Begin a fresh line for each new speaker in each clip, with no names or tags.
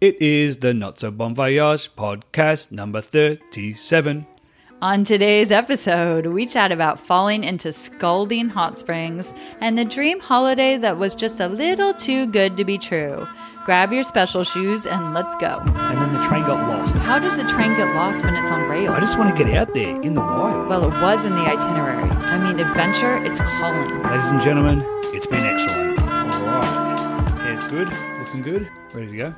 It is the Not So Bon Voyage podcast number 37.
On today's episode, we chat about falling into scalding hot springs and the dream holiday that was just a little too good to be true. Grab your special shoes and let's go.
And then the train got lost.
How does the train get lost when it's on rails?
I just want to get out there in the wild.
well, it was in the itinerary. I mean, adventure, it's calling.
Ladies and gentlemen, it's been excellent. All right. Hair's good, looking good, ready to go.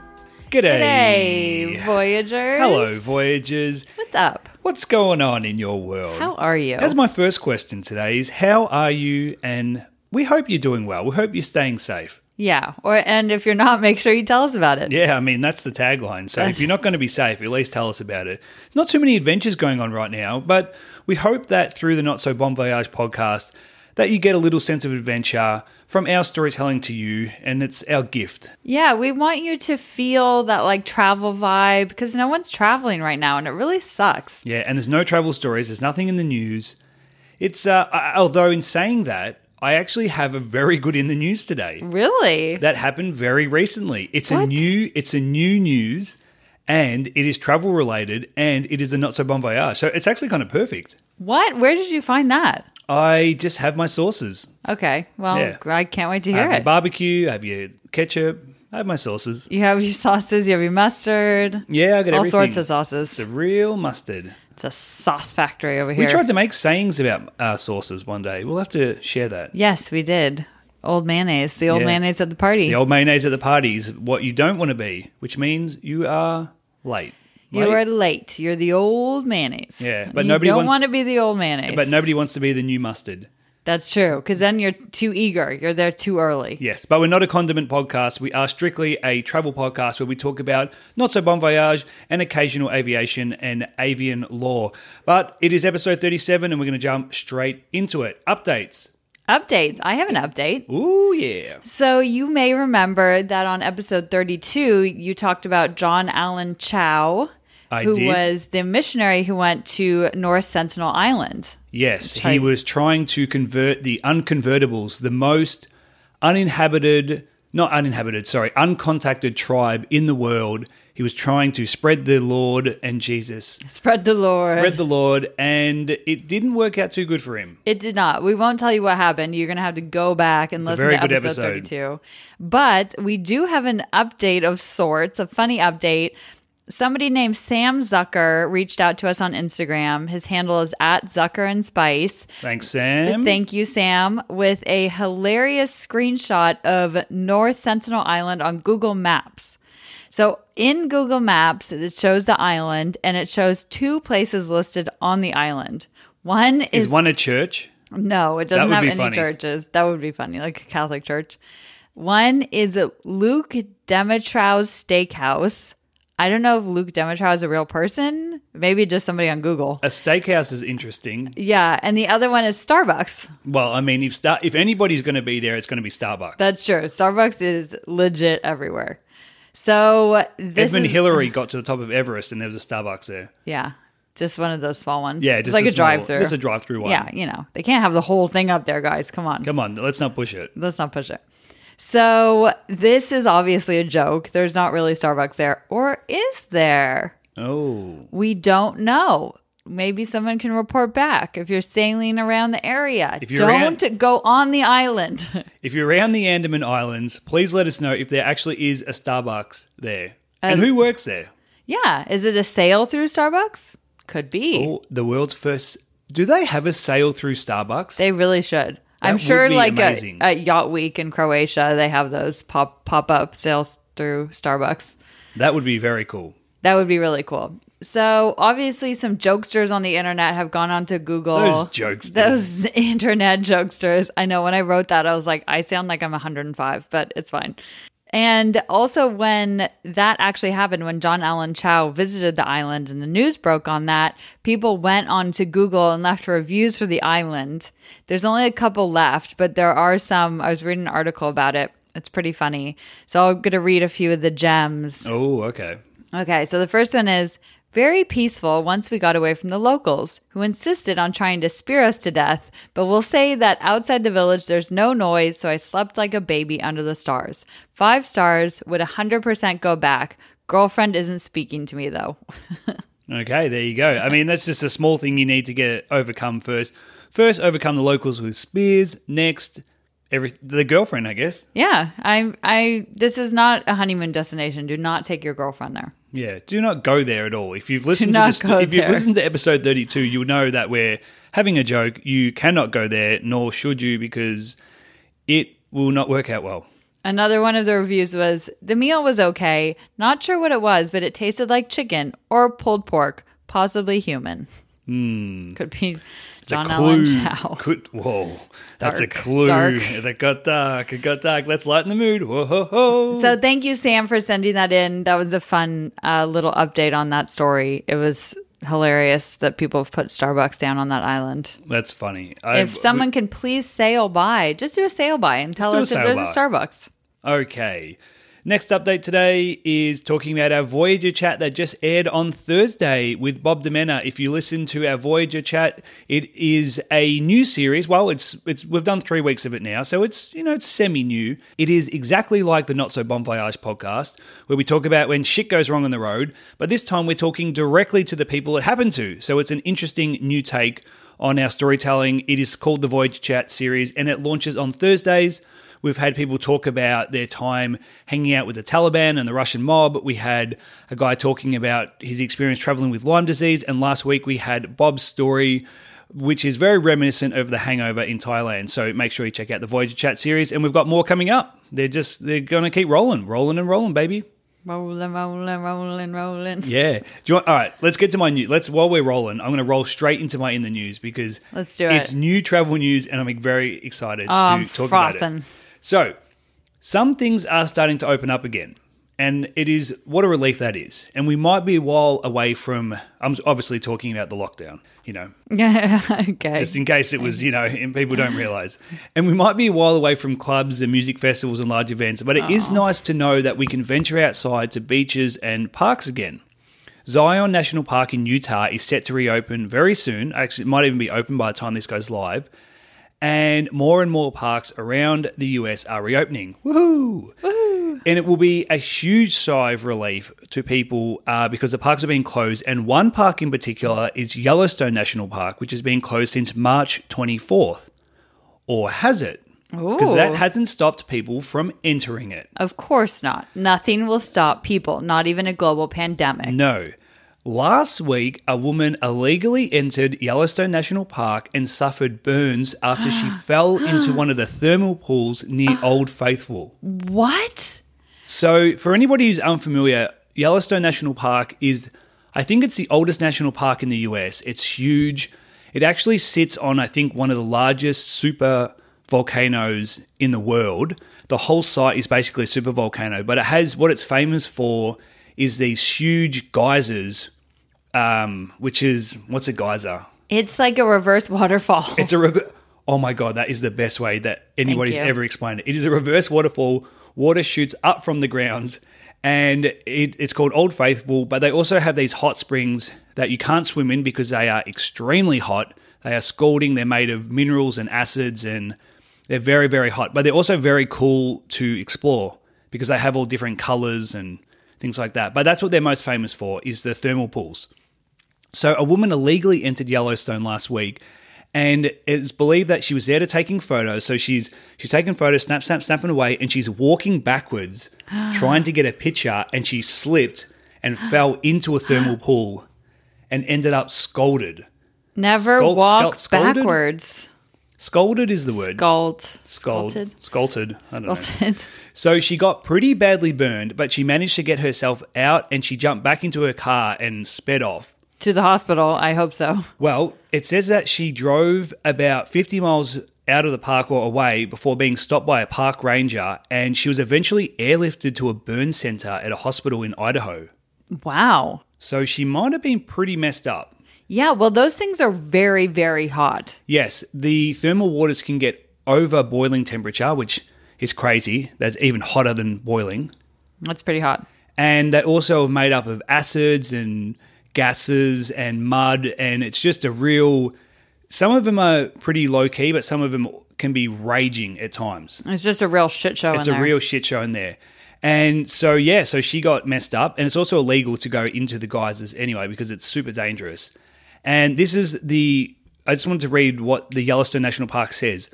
G'day.
Hey, Voyagers.
Hello, Voyagers.
What's up?
What's going on in your world?
How are you?
That's my first question today is how are you and we hope you're doing well. We hope you're staying safe.
yeah. Or and if you're not, make sure you tell us about it.
Yeah, I mean that's the tagline. So if you're not going to be safe, at least tell us about it. Not too many adventures going on right now, but we hope that through the Not So Bon Voyage podcast that you get a little sense of adventure from our storytelling to you and it's our gift.
Yeah, we want you to feel that like travel vibe because no one's traveling right now and it really sucks.
Yeah, and there's no travel stories, there's nothing in the news. It's uh I- although in saying that, I actually have a very good in the news today.
Really?
that happened very recently. It's a
What?
new it's a new news and it is travel related and it is a not so bon voyage. So it's actually kind of perfect.
What? Where did you find that?
I just have my sauces.
Okay. Well,
Yeah.
I can't wait to
I
hear
have your
it.
barbecue, I have your ketchup, I have my sauces.
you have your sauces, you have your mustard.
Yeah, I got
All
everything.
sorts of
It's
sauces.
a real mustard.
It's a sauce factory over
We
here.
tried to make sayings about our sauces one day. We'll have to share that.
yes, we did. Old mayonnaise, the old
Yeah.
mayonnaise at the party.
The old mayonnaise at the party is what you don't want to be, which means you are late.
you
Late.
are late. You're the old mayonnaise.
Yeah, but
you
nobody
don't
wants-
want to be the old mayonnaise.
but nobody wants to be the new mustard.
that's true. Because then you're too eager. You're there too early.
Yes, but we're not a condiment podcast. We are strictly a travel podcast where we talk about not so bon voyage and occasional aviation and avian law. But it is episode 37 and we're going to jump straight into it. Updates.
Updates. I have an update.
Ooh, yeah.
So you may remember that on episode 32, you talked about John Allen Chow,
I
who
did.
was the missionary who went to North Sentinel Island.
Yes, he
Try-
was trying to convert the unconvertibles, the most uninhabited, not uninhabited, sorry, uncontacted tribe in the world. He was trying to spread the Lord and Jesus,
Spread the Lord.
spread the Lord, and it didn't work out too good for him.
it did not. We won't tell you what happened. You're going to have to go back and
a
listen
very
to
good
episode,
episode.
32. But we do have an update of sorts, a funny update. Somebody named Sam Zucker reached out to us on Instagram. His handle is at Zucker and Spice.
Thanks, Sam.
Thank you, Sam, with a hilarious screenshot of North Sentinel Island on Google Maps. So in Google Maps, it shows the island and it shows two places listed on the island. One is,
Is one a church?
no, it doesn't
would
have
be
any
funny.
churches. That would be funny, like a Catholic church. One is Luke Demetrow's Steakhouse. I don't know if Luke Demetrow is a real person, maybe just somebody on Google.
A steakhouse is interesting.
Yeah, and the other one is Starbucks.
Well, I mean, if Star- if anybody's going to be there, it's going to be Starbucks.
That's true. Starbucks is legit everywhere. So this
Edmund
is,
Hillary got to the top of Everest, and there was a Starbucks there.
yeah, just one of those small ones.
Yeah,
it's
just
like
a
a
small-
drive through.
just a drive-through one.
Yeah, you know they can't have the whole thing up there, guys. Come on,
Come on, let's not push it.
let's not push it. So this is obviously a joke. There's not really Starbucks there, or is there?
Oh,
We don't know. Maybe someone can report back if you're sailing around the area.
If you're
don't go on the island.
if you're around the Andaman Islands, please let us know if there actually is a Starbucks there and
Um,
who works there.
yeah, is it a sail through Starbucks? Could be.
Oh, the world's first. Do they have a sale through Starbucks?
They really should. I'm
would
sure,
be
like at,
amazing.
at Yacht Week in Croatia, they have those pop pop up sales through Starbucks.
that would be very cool.
That would be really cool. So obviously, some jokesters on the internet have gone onto Google.
Those jokesters.
those internet jokesters. I know. When I wrote that, I was like, I sound like I'm 105, but it's fine. And also, when that actually happened, when John Allen Chow visited the island and the news broke on that, people went on to Google and left reviews for the island. There's only a couple left, but there are some. I was reading an article about it. It's pretty funny. So I'm going to read a few of the gems.
Oh, okay.
Okay, so the first one is very peaceful once we got away from the locals who insisted on trying to spear us to death, but we'll say that outside the village there's no noise, so I slept like a baby under the stars. Five stars would 100% go back. Girlfriend isn't speaking to me though.
Okay, there you go. I mean, that's just a small thing you need to get overcome first. First, overcome the locals with spears. Next, every the girlfriend, I guess.
yeah, I I this is not a honeymoon destination. Do not take your girlfriend there.
Yeah, do not go there at all. If you've listened to
not
this,
go
if you've
there.
listened to episode thirty-two, you'll know that we're having a joke. You cannot go there, nor should you, because it will not work out well.
Another one of the reviews was the meal was okay. Not sure what it was, but it tasted like chicken or pulled pork, possibly human.
Hmm.
Could be John Allen Chow.
Could- whoa, that's a
Dark,
clue.
dark.
That got dark. It got dark. Let's lighten the mood. Whoa, ho, ho.
So thank you, Sam, for sending that in. That was a fun uh, little update on that story. It was hilarious that people have put Starbucks down on that island.
that's funny.
If someone can please sail by, just do a sail by and tell
do a oh
us if
sail
there's
by.
a Starbucks.
Okay. Next update today is talking about our Voyager chat that just aired on Thursday with Bob Demena. If you listen to our Voyager chat, it is a new series. Well, it's it's we've done three weeks of it now, so it's you know it's semi new. It is exactly like the Not So Bon Voyage podcast, where we talk about when shit goes wrong on the road, but this time we're talking directly to the people it happened to. So it's an interesting new take on our storytelling. It is called the Voyager Chat series, and it launches on Thursdays. We've had people talk about their time hanging out with the Taliban and the Russian mob. We had a guy talking about his experience traveling with Lyme disease. And last week we had Bob's story, which is very reminiscent of the hangover in Thailand. So make sure you check out the Voyager Chat series. And we've got more coming up. They're just, they're going to keep rolling, rolling and rolling, baby.
Rolling, rolling, rolling, rolling.
Yeah. Do you want, all right, let's get to my new. Let's while we're rolling, I'm going to roll straight into my in the news because
Let's do
It's
it.
new travel news, and I'm very excited
Oh, I'm
to talk about it.
frothing.
So, some things are starting to open up again, and it is what a relief that is. And we might be a while away from. I'm obviously talking about the lockdown. You know,
okay.
just in case it was, you know, and people don't realize. And we might be a while away from clubs and music festivals and large events, but it is nice to know that we can venture outside to beaches and parks again. Zion National Park in Utah is set to reopen very soon. Actually, it might even be open by the time this goes live. And more and more parks around the US are reopening. Woohoo! And it will be a huge sigh of relief to people uh, because the parks are being closed. And one park in particular is Yellowstone National Park, which has been closed since March 24th. Or has it? Because that
Ooh.
hasn't stopped people from entering it.
Of course not. Nothing will stop people, not even a global pandemic.
No. Last week, a woman illegally entered Yellowstone National Park and suffered burns after she fell into one of the thermal pools near Old Faithful.
What?
So, for anybody who's unfamiliar, Yellowstone National Park is, I think it's the oldest national park in the US. It's huge. It actually sits on, I think, one of the largest super volcanoes in the world. The whole site is basically a super volcano, but it has what it's famous for is these huge geysers, um, which is, what's a geyser?
It's like a reverse waterfall.
It's a rever Oh my god, that is the best way that anybody's
you.
ever explained it. It is a reverse waterfall. Water shoots up from the ground, and it, it's called Old Faithful. But they also have these hot springs that you can't swim in because they are extremely hot. They are scalding. They're made of minerals and acids, and they're very very hot. But they're also very cool to explore because they have all different colors and things like that. But that's what they're most famous for is the thermal pools. So, a woman illegally entered Yellowstone last week, and it's believed that she was there to taking photos. So she's she's taking photos, snap, snap, snapping away, and she's walking backwards, trying to get a picture, and she slipped and fell into a thermal pool, and ended up scalded.
Never
Scald-
walk
scald- scalded?
backwards.
Scalded is the word.
Scald.
Scald-
Scalded.
Scalded. I don't know.
Scalded.
So she got pretty badly burned, but she managed to get herself out, and she jumped back into her car and sped off.
to the hospital. I hope so.
Well, it says that she drove about 50 miles out of the park or away before being stopped by a park ranger, and she was eventually airlifted to a burn center at a hospital in Idaho.
Wow.
So she might have been pretty messed up.
Yeah, well, those things are very, very hot.
Yes, the thermal waters can get over boiling temperature, which is crazy. That's even hotter than boiling.
That's pretty hot.
and they're also made up of acids and gases and mud and it's just a real some of them are pretty low key but some of them can be raging at times
It's just a real shit show
it's
in
a
there.
real shit show in there And so, yeah, so she got messed up. And it's also illegal to go into the geysers anyway because it's super dangerous. And this is the, I just wanted to read what the Yellowstone National Park says.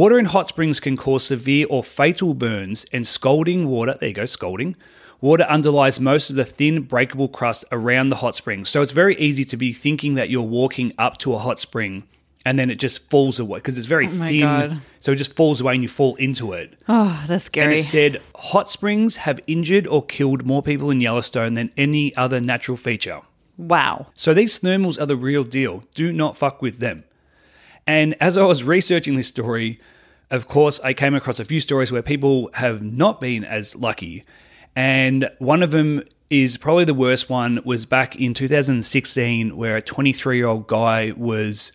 Water in hot springs can cause severe or fatal burns, and scalding water, there you go, scalding, water underlies most of the thin, breakable crust around the hot spring. So it's very easy to be thinking that you're walking up to a hot spring and then it just falls away because it's very
Oh my
thin.
God.
So it just falls away and you fall into it.
Oh, that's
And
scary.
it said hot springs have injured or killed more people in Yellowstone than any other natural feature.
Wow.
So these thermals are the real deal. Do not fuck with them. And as I was researching this story, of course, I came across a few stories where people have not been as lucky. And one of them is probably the worst one was back in 2016 where a 23-year-old guy was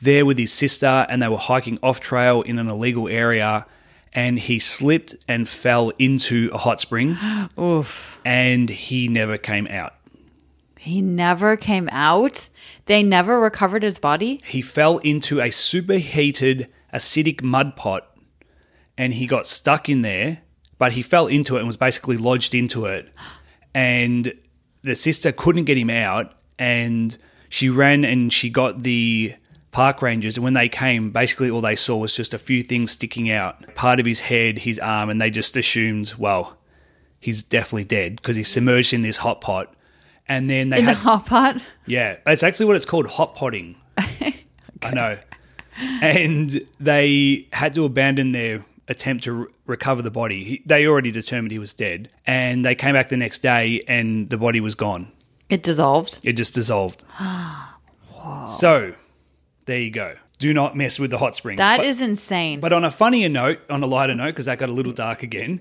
there with his sister and they were hiking off trail in an illegal area and he slipped and fell into a hot spring
Oof.
and he never came out.
He never came out. They never recovered his body.
he fell into a superheated acidic mud pot and he got stuck in there, but he fell into it and was basically lodged into it. And the sister couldn't get him out and she ran and she got the park rangers and when they came basically all they saw was just a few things sticking out part of his head his arm and they just assumed well he's definitely dead because he's submerged in this hot pot and then they
In the
had
hot pot.
yeah, it's actually what it's called hot potting. I know. And they had to abandon their attempt to re- recover the body. He, they already determined he was dead. And they came back the next day and the body was gone.
It dissolved.
It just dissolved. So, there you go. Do not mess with the hot springs.
That
But-
is insane.
but on a funnier note, on a lighter note, because that got a little dark again.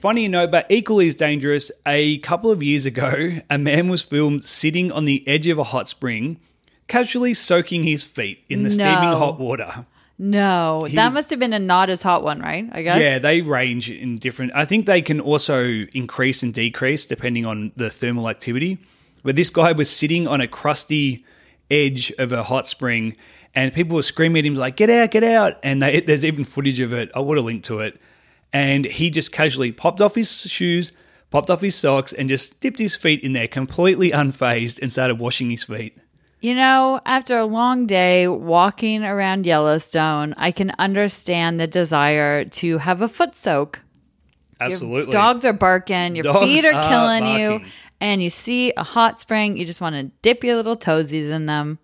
funnier note, but equally as dangerous, a couple of years ago, a man was filmed sitting on the edge of a hot spring, casually soaking his feet in the steaming
No.
hot water.
no, that
was-
must have been a not as hot one, right? I guess.
Yeah, they range in different. I think they can also increase and decrease depending on the thermal activity. But this guy was sitting on a crusty edge of a hot spring, and people were screaming at him like, "Get out, get out!" And they, there's even footage of it. I would have linked to it. And he just casually popped off his shoes, popped off his socks, and just dipped his feet in there, completely unfazed, and started washing his feet.
You know, after a long day walking around Yellowstone, I can understand the desire to have a foot soak. Your
Absolutely,
dogs are barking, your
Dogs
feet are,
are
killing
barking.
you, and you see a hot spring, you just want to dip your little toesies in them.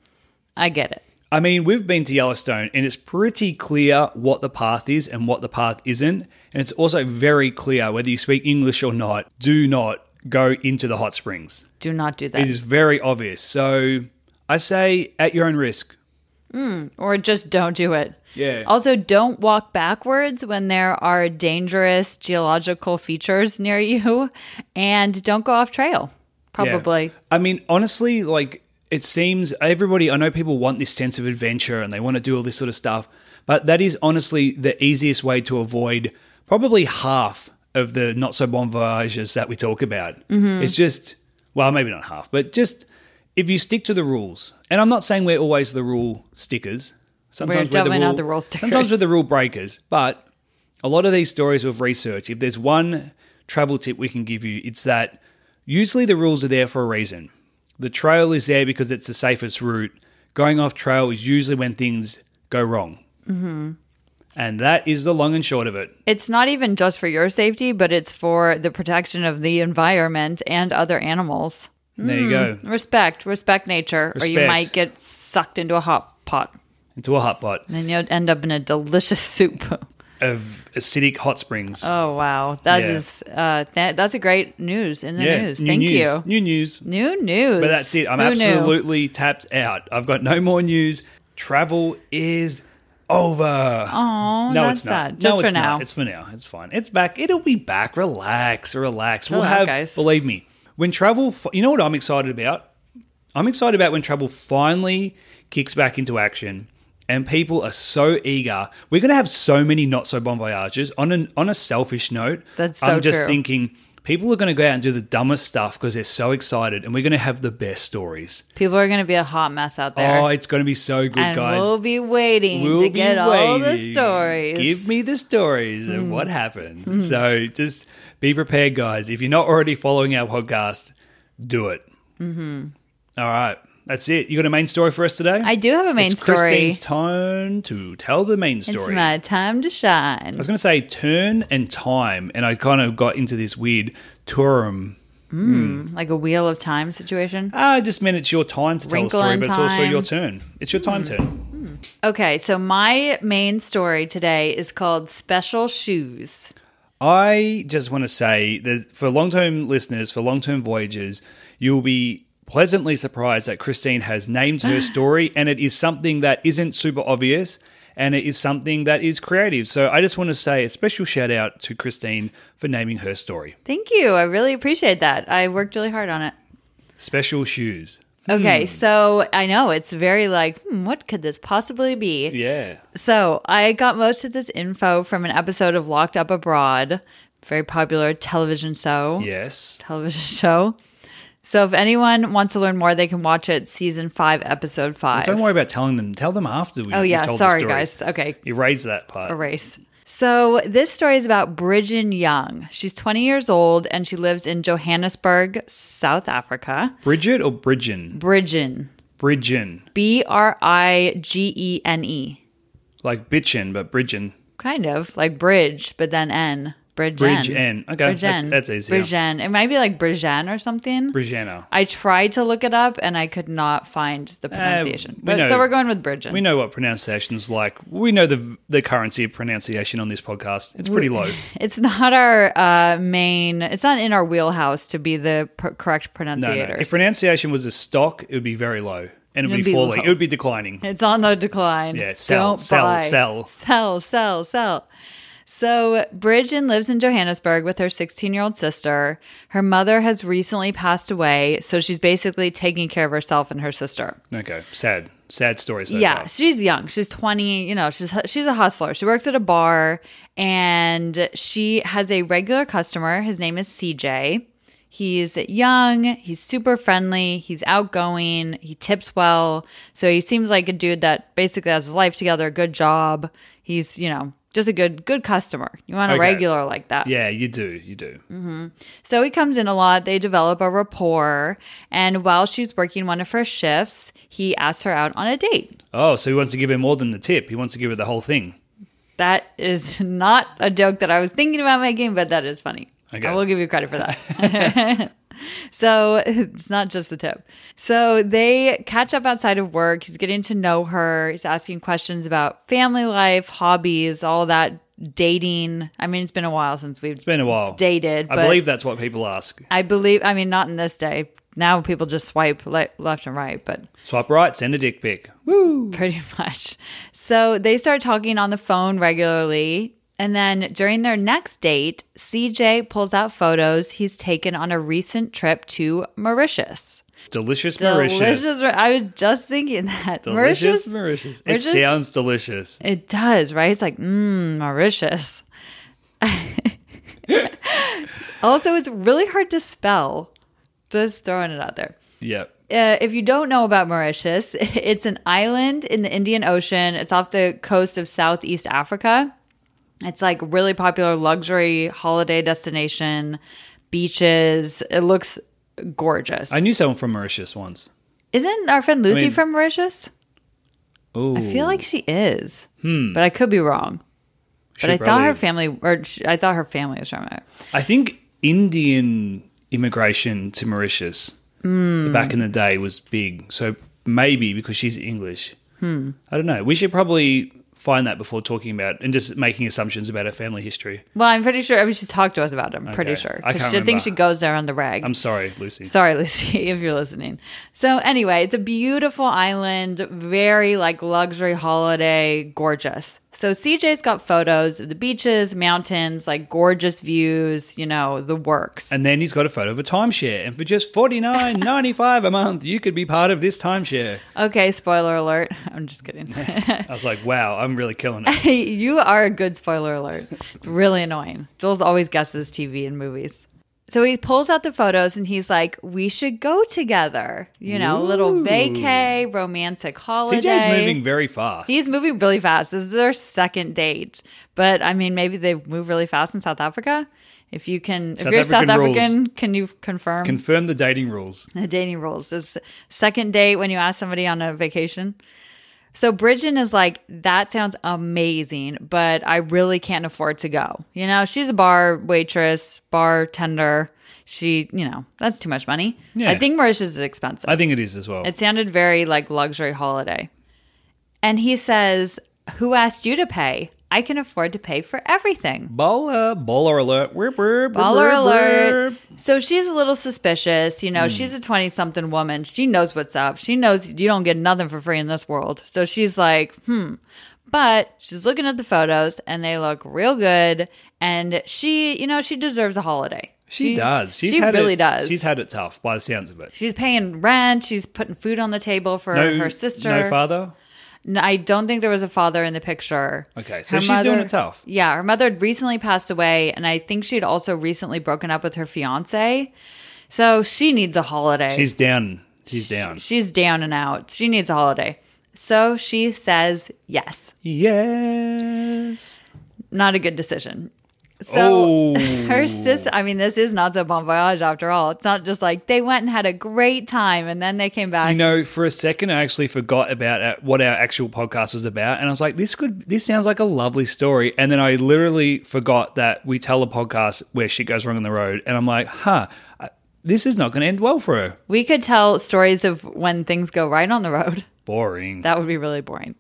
I get it.
I mean, we've been to Yellowstone and it's pretty clear what the path is and what the path isn't. And it's also very clear whether you speak English or not, do not go into the hot springs.
Do not do
It
that.
is very obvious. So I say at your own risk.
Or just don't do it.
Yeah.
Also, don't walk backwards when there are dangerous geological features near you, and don't go off trail,
Yeah.
probably.
I mean, honestly, like it seems everybody, I know people want this sense of adventure and they want to do all this sort of stuff, but that is honestly the easiest way to avoid probably half of the not so bon voyages that we talk about. It's just, well, maybe not half, but just if you stick to the rules, and I'm not saying we're always the rule stickers. Sometimes
definitely not the rule stickers.
Sometimes we're the rule breakers, but a lot of these stories of research, if there's one travel tip we can give you, it's that usually the rules are there for a reason. The trail is there because it's the safest route. Going off trail is usually when things go wrong. Mm-hmm. And that is the long and short of it.
it's not even just for your safety, but it's for the protection of the environment and other animals.
There
Mm.
you go.
Respect, respect nature, or you
Respect.
might get sucked into a hot pot.
Into a hot pot
And then you'll end up in a delicious soup.
of acidic hot springs.
Oh wow, that
Yeah.
is uh, that, that's a great news in the news.
new
Thank
news.
you.
New news.
New news.
But that's it. I'm
Who knew?
absolutely tapped out. I've got no more news. Travel is over.
Aw,
no,
that's
it's not.
sad. Just
no,
for
it's
now.
Not. It's for now. It's fine. It's back. It'll be back. Relax. Relax. We'll
Chill out,
have.
guys.
Believe me. When travel, fi- you know what I'm excited about. I'm excited about when travel finally kicks back into action, and people are so eager. We're going to have so many not so bon voyages. On an on a selfish note,
That's so
I'm just
true.
thinking People are going to go out and do the dumbest stuff because they're so excited, and we're going to have the best stories.
People are going to be a hot mess out there.
Oh, it's going to be so good,
and
guys.
we'll be waiting
We'll
to
be
get all the
waiting.
stories. Hmm.
Give me the stories of what happened. So just be prepared, guys. If you're not already following our podcast, do it. All right. That's it. You got a main story for us today?
Mm-hmm. I do have a main
it's
story.
Christine's turn to tell the main
it's
story. I
my time to shine.
was going to say turn and time, and I kind of got into this weird tourum.
Like a wheel of time situation.
Ah, I just meant it's your time to tell a
Wrinkle
story,
in
but it's also
time. Hmm.
your turn. It's your time turn.
Okay, so my main story today is called Special Shoes.
I just want to say that for long term listeners, for long term voyagers, you'll be pleasantly surprised that Christine has named her story, and it is something that isn't super obvious. And it is something that is creative. So I just want to say a special shout out to Christine for naming her story.
Thank you. I really appreciate that. I worked really hard on it.
Special shoes. Hmm.
Okay, so I know it's very like, hmm, what could this possibly be?
Yeah.
So I got most of this info from an episode of Locked Up Abroad, very popular television show.
Yes.
Television show. So if anyone wants to learn more, they can watch it, season five, episode five.
Don't worry about telling them. Tell them after we.
Oh yeah,
told
sorry
the story.
guys. Okay,
Erase that part.
race. So this story is about Bridgen Young. She's 20 years old and she lives in Johannesburg, South Africa.
Bridget or Bridgen?
Bridgen,
Bridgen.
B R I G E N E.
Like bitchin, but Bridgen.
Kind of like bridge, but then N. Bridgen.
Bridge N. Okay,
Bridgen.
that's- that's easier.
Bridgen. It might be like Bridgen or something.
Bridgenna.
I tried to look it up and I could not find the pronunciation.
Uh, we
but,
know-
so we're going with Bridgen.
We know what pronunciation's like. We know the the currency of pronunciation on this podcast. It's pretty low.
It's not our uh, main. It's not in our wheelhouse to be the pr- correct
No, no.
pronunciators.
If pronunciation was a stock, it would be very low, and it would
It'd
be,
be
falling.
low.
It would be declining.
It's on the decline.
Yeah, sell,
Don't
sell,
buy.
sell.
Sell, sell, sell. So, Bridgen lives in Johannesburg with her 16 year old sister. Her mother has recently passed away, so she's basically taking care of herself and her sister.
Okay, sad, sad story. So
yeah,
far.
she's young. She's 20, you know, she's hu- she's a hustler. She works at a bar and she has a regular customer. His name is CJ. He's young, he's super friendly, he's outgoing, he tips well. So he seems like a dude that basically has his life together, good job. He's, you know, just a good good customer. You want a
Okay.
regular like that.
yeah, you do, you do.
So he comes in a lot. They develop a rapport. And while she's working one of her shifts, he asks her out on a date.
Oh, so he wants to give her more than the tip. He wants to give her the whole thing.
That is not a joke that I was thinking about making, but that is funny.
Okay.
I will give you credit for that. so it's not just the tip. So they catch up outside of work. He's getting to know her. He's asking questions about family life, hobbies, all that dating. I mean, it's been a while since we've
It's been a while.
dated.
I
but
believe that's what people ask.
I believe. I mean, not in this day. Now people just swipe le- left and right, but
Swipe right, send a dick pic.
pretty much. So they start talking on the phone regularly. And then during their next date, CJ pulls out photos he's taken on a recent trip to Mauritius.
Delicious, Mauritius. Delicious,
Delicious. I was just thinking that.
Mauritius.
Mauritius.
It
Mauritius-
sounds delicious.
It does, right? It's like, mmm, Mauritius. also, it's really hard to spell. Just throwing it out there.
Yep.
uh, if you don't know about Mauritius, it's an island in the Indian Ocean. It's off the coast of Southeast Africa. It's like really popular luxury holiday destination, beaches. It looks gorgeous.
I knew someone from Mauritius once.
Isn't our friend Lucy
mean-
from Mauritius?
Oh,
I feel like she is,
Hmm.
but I could be wrong. But I thought her family, or sh I thought her family was from it.
I think Indian immigration to Mauritius
Hmm.
back in the day was big. So maybe because she's English. I don't know. We should probably find that before talking about and just making assumptions about her family history.
Well, I'm pretty sure. I mean, she's talked to us about it. I'm pretty
Okay.
sure.
I
'Cause
can't
she- I think
remember.
she goes there on the reg.
I'm sorry, Lucy.
Sorry, Lucy, if you're listening. So, anyway, it's a beautiful island, very like luxury holiday, gorgeous. So, CJ's got photos of the beaches, mountains, like gorgeous views, you know, the works.
and then he's got a photo of a timeshare. And for just forty nine ninety five a month, you could be part of this timeshare.
Okay, spoiler alert. I'm just kidding.
I was like, wow, I'm really killing it.
you are a good spoiler alert. It's really annoying. Jules always guesses TV and movies. So he pulls out the photos and he's like, "We should go together." You know, little
Ooh.
vacay, romantic holiday.
CJ's moving very fast.
He's moving really fast. This is their second date, but I mean, maybe they move really fast in South Africa. If you can, if
South
you're South
African rules.
African, can you confirm
Confirm the dating rules.
the dating rules? This second date when you ask somebody on a vacation. So Bridgen is like, that sounds amazing, but I really can't afford to go. You know, she's a bar waitress, bartender. She, you know, that's too much money.
Yeah.
I think Mauritius is expensive.
I think it is as well.
It sounded very like luxury holiday. And he says, Who asked you to pay? I can afford to pay for everything.
Baller, baller alert. Whir, whir, whir,
Baller
whir,
alert.
whir.
So she's a little suspicious. You
Hmm.
know, she's a 20 something woman. She knows what's up. She knows you don't get nothing for free in this world. So she's like, Hmm. But she's looking at the photos and they look real good. And she, you know, she deserves a holiday.
She, does. She's
she
had
really
it,
does.
She's had it tough by the sounds of it.
she's paying rent. She's putting food on the table for her sister.
No father.
No, I don't think there was a father in the picture.
Okay, so she's doing it tough.
Yeah, her mother had recently passed away, and I think she'd also recently broken up with her fiance. So she needs a holiday.
She's down. She's down.
she's down and out. She needs a holiday. So she says yes.
Yes.
Not a good decision. So
Oh.
her sister, I mean, this is not so bon voyage after all. It's not just like they went and had a great time and then they came back.
You know, for a second, I actually forgot about uh, what our actual podcast was about, and I was like, "This could, this sounds like a lovely story." And then I literally forgot that we tell a podcast where shit goes wrong on the road, and I'm like, "Huh, uh, this is not going to end well for her."
We could tell stories of when things go right on the road.
Boring.
That would be really boring.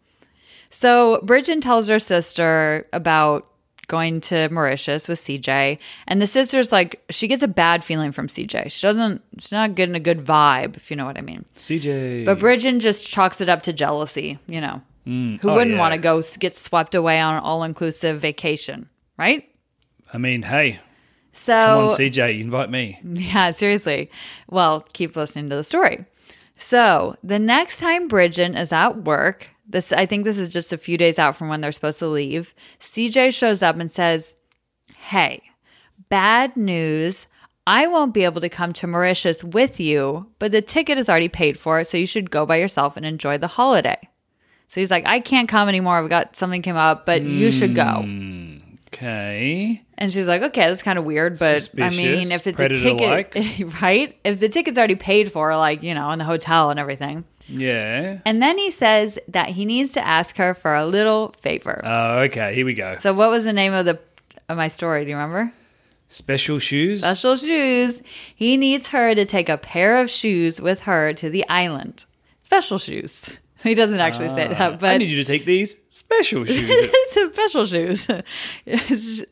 So Bridgen tells her sister about going to Mauritius with CJ, and the sister's like, she gets a bad feeling from CJ. She doesn't, she's not getting a good vibe, if you know what I mean.
CJ.
But Bridgen just chalks it up to jealousy, you know. Who
Oh,
wouldn't
yeah.
want to go s- get swept away on an all inclusive vacation, right?
I mean, hey,
So
come on, CJ, invite me.
yeah, seriously. Well, keep listening to the story. So the next time Bridgen is at work, this I think this is just a few days out from when they're supposed to leave. CJ shows up and says, "Hey, bad news. I won't be able to come to Mauritius with you, but the ticket is already paid for, so you should go by yourself and enjoy the holiday." So he's like, "I can't come anymore. I've got something came up, but you should go."
Okay.
And she's like, okay, that's kind of weird, but I
Suspicious,
mean, if it, the
predator-like.
ticket, right? If the ticket's already paid for, like you know, in the hotel and everything,
Yeah.
and then he says that he needs to ask her for a little favor.
Oh, okay. Here we go.
so, what was the name of the of my story? Do you remember?
Special shoes.
Special shoes. He needs her to take a pair of shoes with her to the island. Special shoes. He doesn't actually say that,
Ah. I
but
need you to take these special shoes.
Some special shoes.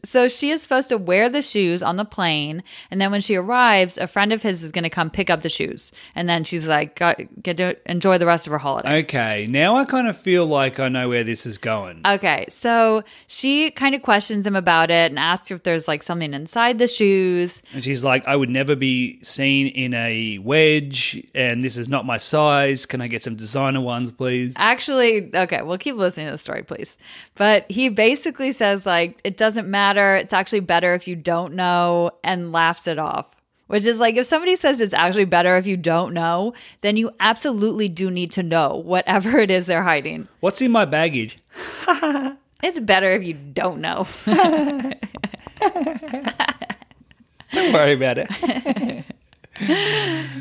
so she is supposed to wear the shoes on the plane, and then when she arrives, a friend of his is going to come pick up the shoes, and then she's like, "Got- "Get to enjoy the rest of her holiday."
okay. Now I kind of feel like I know where this is going.
Okay, so she kind of questions him about it and asks if there's like something inside the shoes.
And she's like, I would never be seen in a wedge, and this is not my size. Can I get some designer ones, please?
Actually, okay, well, keep listening to the story, please. But he basically says, like, it doesn't matter. It's actually better if you don't know, and laughs it off. Which is like, if somebody says it's actually better if you don't know, then you absolutely do need to know whatever it is they're hiding.
What's in my baggage?
It's better if you don't know.
Don't worry about it.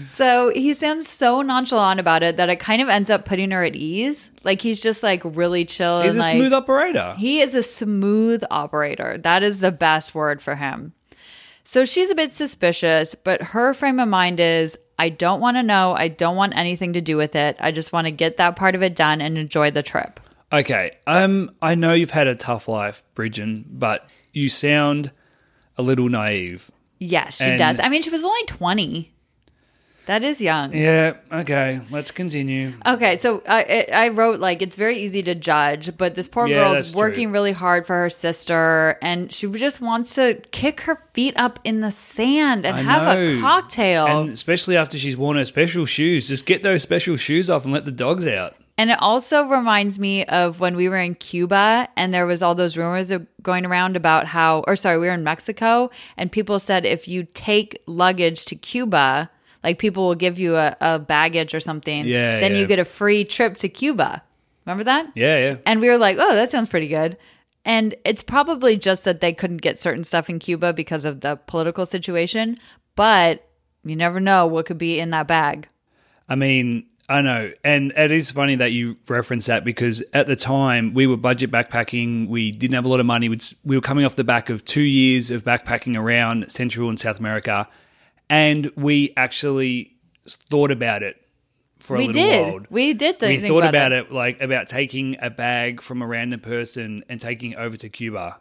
so he sounds so nonchalant about it that it kind of ends up putting her at ease. Like, he's just like really chill.
He's
and
a
like,
smooth operator.
He is a smooth operator. That is the best word for him. So she's a bit suspicious, but her frame of mind is I don't want to know. I don't want anything to do with it. I just want to get that part of it done and enjoy the trip.
Okay. Um, I know you've had a tough life, Bridgen, but you sound a little naive.
Yes, she
And-
does. I mean, she was only 20. That is young.
Yeah. Okay. Let's continue.
Okay, so I, I I wrote like it's very easy to judge, but this poor
Yeah,
girl's
that's true.
working really hard for her sister, and she just wants to kick her feet up in the sand and
I
have a
know.
cocktail.
And especially after she's worn her special shoes, just get those special shoes off and let the dogs out.
And it also reminds me of when we were in Cuba and there was all those rumors of- going around about how, or sorry, we were in Mexico and people said if you take luggage to Cuba, like people will give you a, a baggage or something,
Yeah,
then
yeah.
you get a free trip to Cuba. Remember that?
Yeah, yeah.
And we were like, oh, that sounds pretty good. And it's probably just that they couldn't get certain stuff in Cuba because of the political situation, but you never know what could be in that bag.
I mean, I know. And it is funny that you reference that because at the time we were budget backpacking. We didn't have a lot of money. We'd- We were coming off the back of two years of backpacking around Central and South America. And we actually thought about it for a
We
little
did.
while.
We did think
we thought about, it. like about taking a bag from a random person and taking it over to Cuba.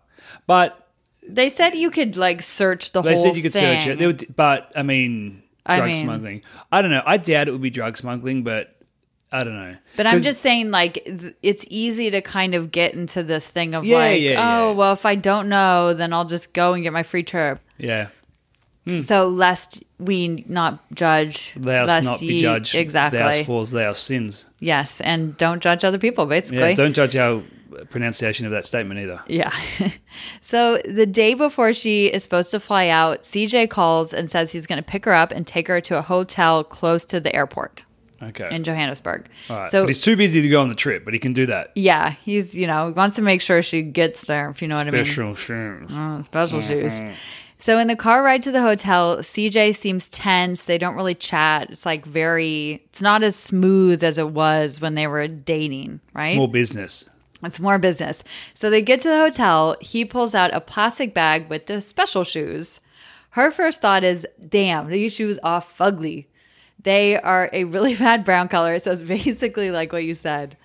But
They said you could like search the
they
whole
said you could search
thing.
it. They would- but I mean,
I
drug
mean-
smuggling. I don't know. I doubt it would be drug smuggling, but I don't know.
But I'm
'Cause-
just saying, like, th- it's easy to kind of get into this thing of
Yeah,
like,
yeah,
oh,
yeah.
well, if I don't know, then I'll just go and get my free trip.
yeah.
So lest we not judge,
Hmm. Thou
lest
shalt not be
ye-
judged. Thou
Exactly.
falls thou sins.
yes, and don't judge other people,
Yeah.
basically.
Don't judge our pronunciation of that statement either.
Yeah. so the day before she is supposed to fly out, CJ calls and says he's going to pick her up and take her to a hotel close to the airport
Okay.
in Johannesburg.
All right.
So
but he's too busy to go on the trip, but he can do that.
yeah, he's you know wants to make sure she gets there. If you know what I mean.
Special shoes.
Oh, special shoes. So in the car ride to the hotel, CJ seems tense. They don't really chat. It's like very. It's not as smooth as it was when they were dating, right?
More business.
It's more business. So they get to the hotel. He pulls out a plastic bag with the special shoes. Her first thought is, damn, these shoes are fugly. They are a really bad brown color. So it's basically like what you said.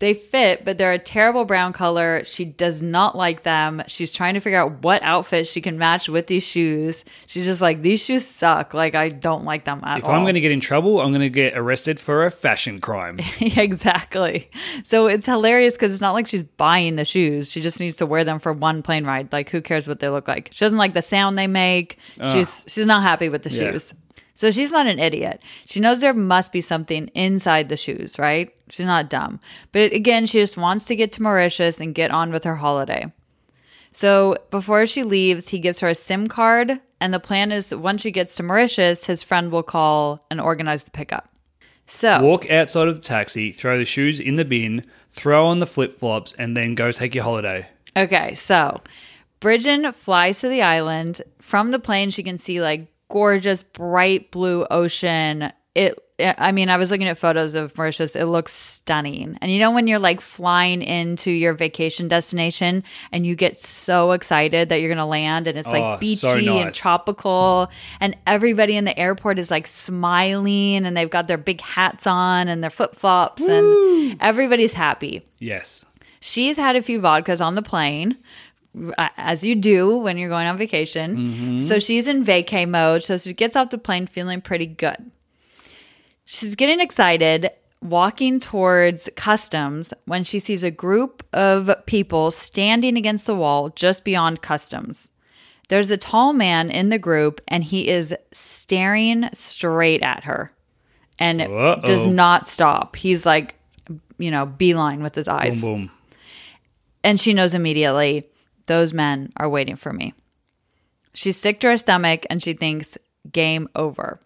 They fit, but they're a terrible brown color. She does not like them. She's trying to figure out what outfit she can match with these shoes. She's just like, these shoes suck. Like, I don't like them at
If
all.
I'm going to get in trouble, I'm going to get arrested for a fashion crime.
Yeah, exactly. So it's hilarious because it's not like she's buying the shoes. She just needs to wear them for one plane ride. Like, who cares what they look like? She doesn't like the sound they make. She's she's not happy with the
Yeah.
shoes. So she's not an idiot. She knows there must be something inside the shoes, right? She's not dumb. But again, she just wants to get to Mauritius and get on with her holiday. So before she leaves, he gives her a SIM card. And the plan is that once she gets to Mauritius, his friend will call and organize the pickup. So
Walk outside of the taxi, throw the shoes in the bin, throw on the flip flops, and then go take your holiday.
Okay, so Bridgen flies to the island. From the plane, she can see like gorgeous, bright blue ocean. It, I mean, I was looking at photos of Mauritius. It looks stunning. And you know, when you're like flying into your vacation destination and you get so excited that you're going to land and it's
Oh,
like beachy
so
and
nice.
tropical, and everybody in the airport is like smiling and they've got their big hats on and their flip flops and everybody's happy.
Yes.
She's had a few vodkas on the plane, uh, as you do when you're going on vacation. So she's in vacay mode. So she gets off the plane feeling pretty good. She's getting excited, walking towards customs when she sees a group of people standing against the wall just beyond customs. There's a tall man in the group, and he is staring straight at her and
Uh-oh.
does not stop. He's like, you know, beeline with his eyes.
Boom, boom.
And she knows immediately those men are waiting for me. She's sick to her stomach and she thinks, game over.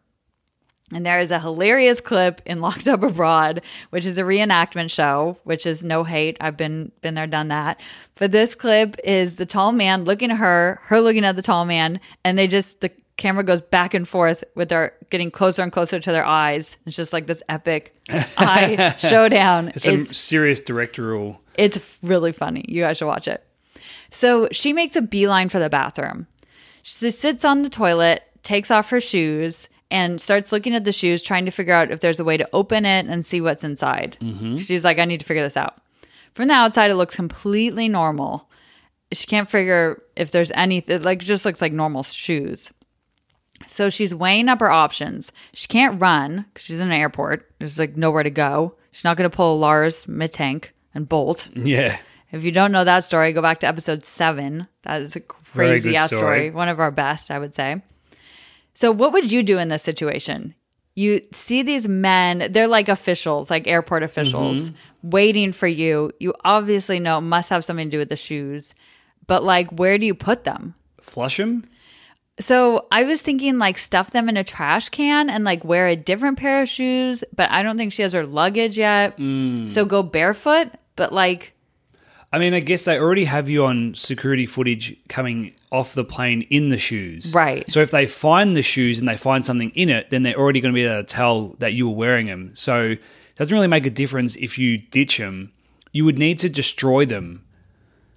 And there is a hilarious clip in Locked Up Abroad, which is a reenactment show, which is no hate. I've been been there, done that. But this clip is the tall man looking at her, her looking at the tall man, and they just the camera goes back and forth with their getting closer and closer to their eyes. It's just like this epic eye showdown.
It's some
It's-
serious directorial.
it's really funny. You guys should watch it. So she makes a beeline for the bathroom. She sits on the toilet, takes off her shoes, and starts looking at the shoes, trying to figure out if there's a way to open it and see what's inside. She's like, I need to figure this out. From the outside, it looks completely normal. She can't figure if there's anything, like, it just looks like normal shoes. So she's weighing up her options. She can't run because she's in an airport. There's like nowhere to go. She's not going to pull Lars Mittank and bolt.
Yeah.
If you don't know that story, go back to episode seven. That is a
Very
crazy
good
ass story.
story.
One of our best, I would say. So, what would you do in this situation? you see these men, they're like officials, like airport officials,
Mm-hmm.
waiting for you. You obviously know it must have something to do with the shoes, but like, where do you put them?
Flush them?
So I was thinking like stuff them in a trash can and like wear a different pair of shoes, but I don't think she has her luggage yet.
Mm.
So go barefoot, but like
I mean, I guess they already have you on security footage coming off the plane in the shoes.
Right.
So if they find the shoes and they find something in it, then they're already going to be able to tell that you were wearing them. So it doesn't really make a difference if you ditch them. You would need to destroy them.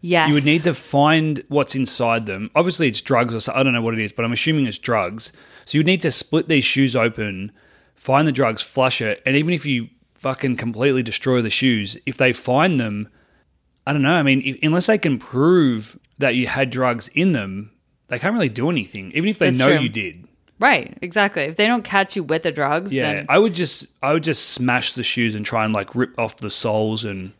yes.
You would need to find what's inside them. Obviously, it's drugs or so. I don't know what it is, but I'm assuming it's drugs. So you'd need to split these shoes open, find the drugs, flush it, and even if you fucking completely destroy the shoes, if they find them, I don't know. I mean, if, unless they can prove that you had drugs in them, they can't really do anything. Even if they
That's
know
true.
you did,
Right, exactly. If they don't catch you with the drugs,
yeah.
then
I would just, I would just smash the shoes and try and like rip off the soles and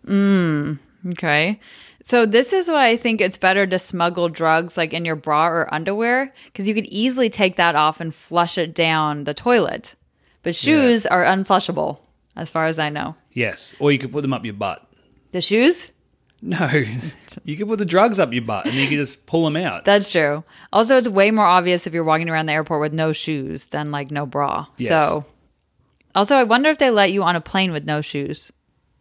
Okay. So this is why I think it's better to smuggle drugs like in your bra or underwear because you could easily take that off and flush it down the toilet. But shoes are unflushable as far as I know.
yes, or you could put them up your butt.
The shoes?
No, you could put the drugs up your butt and you could just pull them out.
That's true. Also, it's way more obvious if you're walking around the airport with no shoes than like no bra.
Yes.
So Also, I wonder if they let you on a plane with no shoes.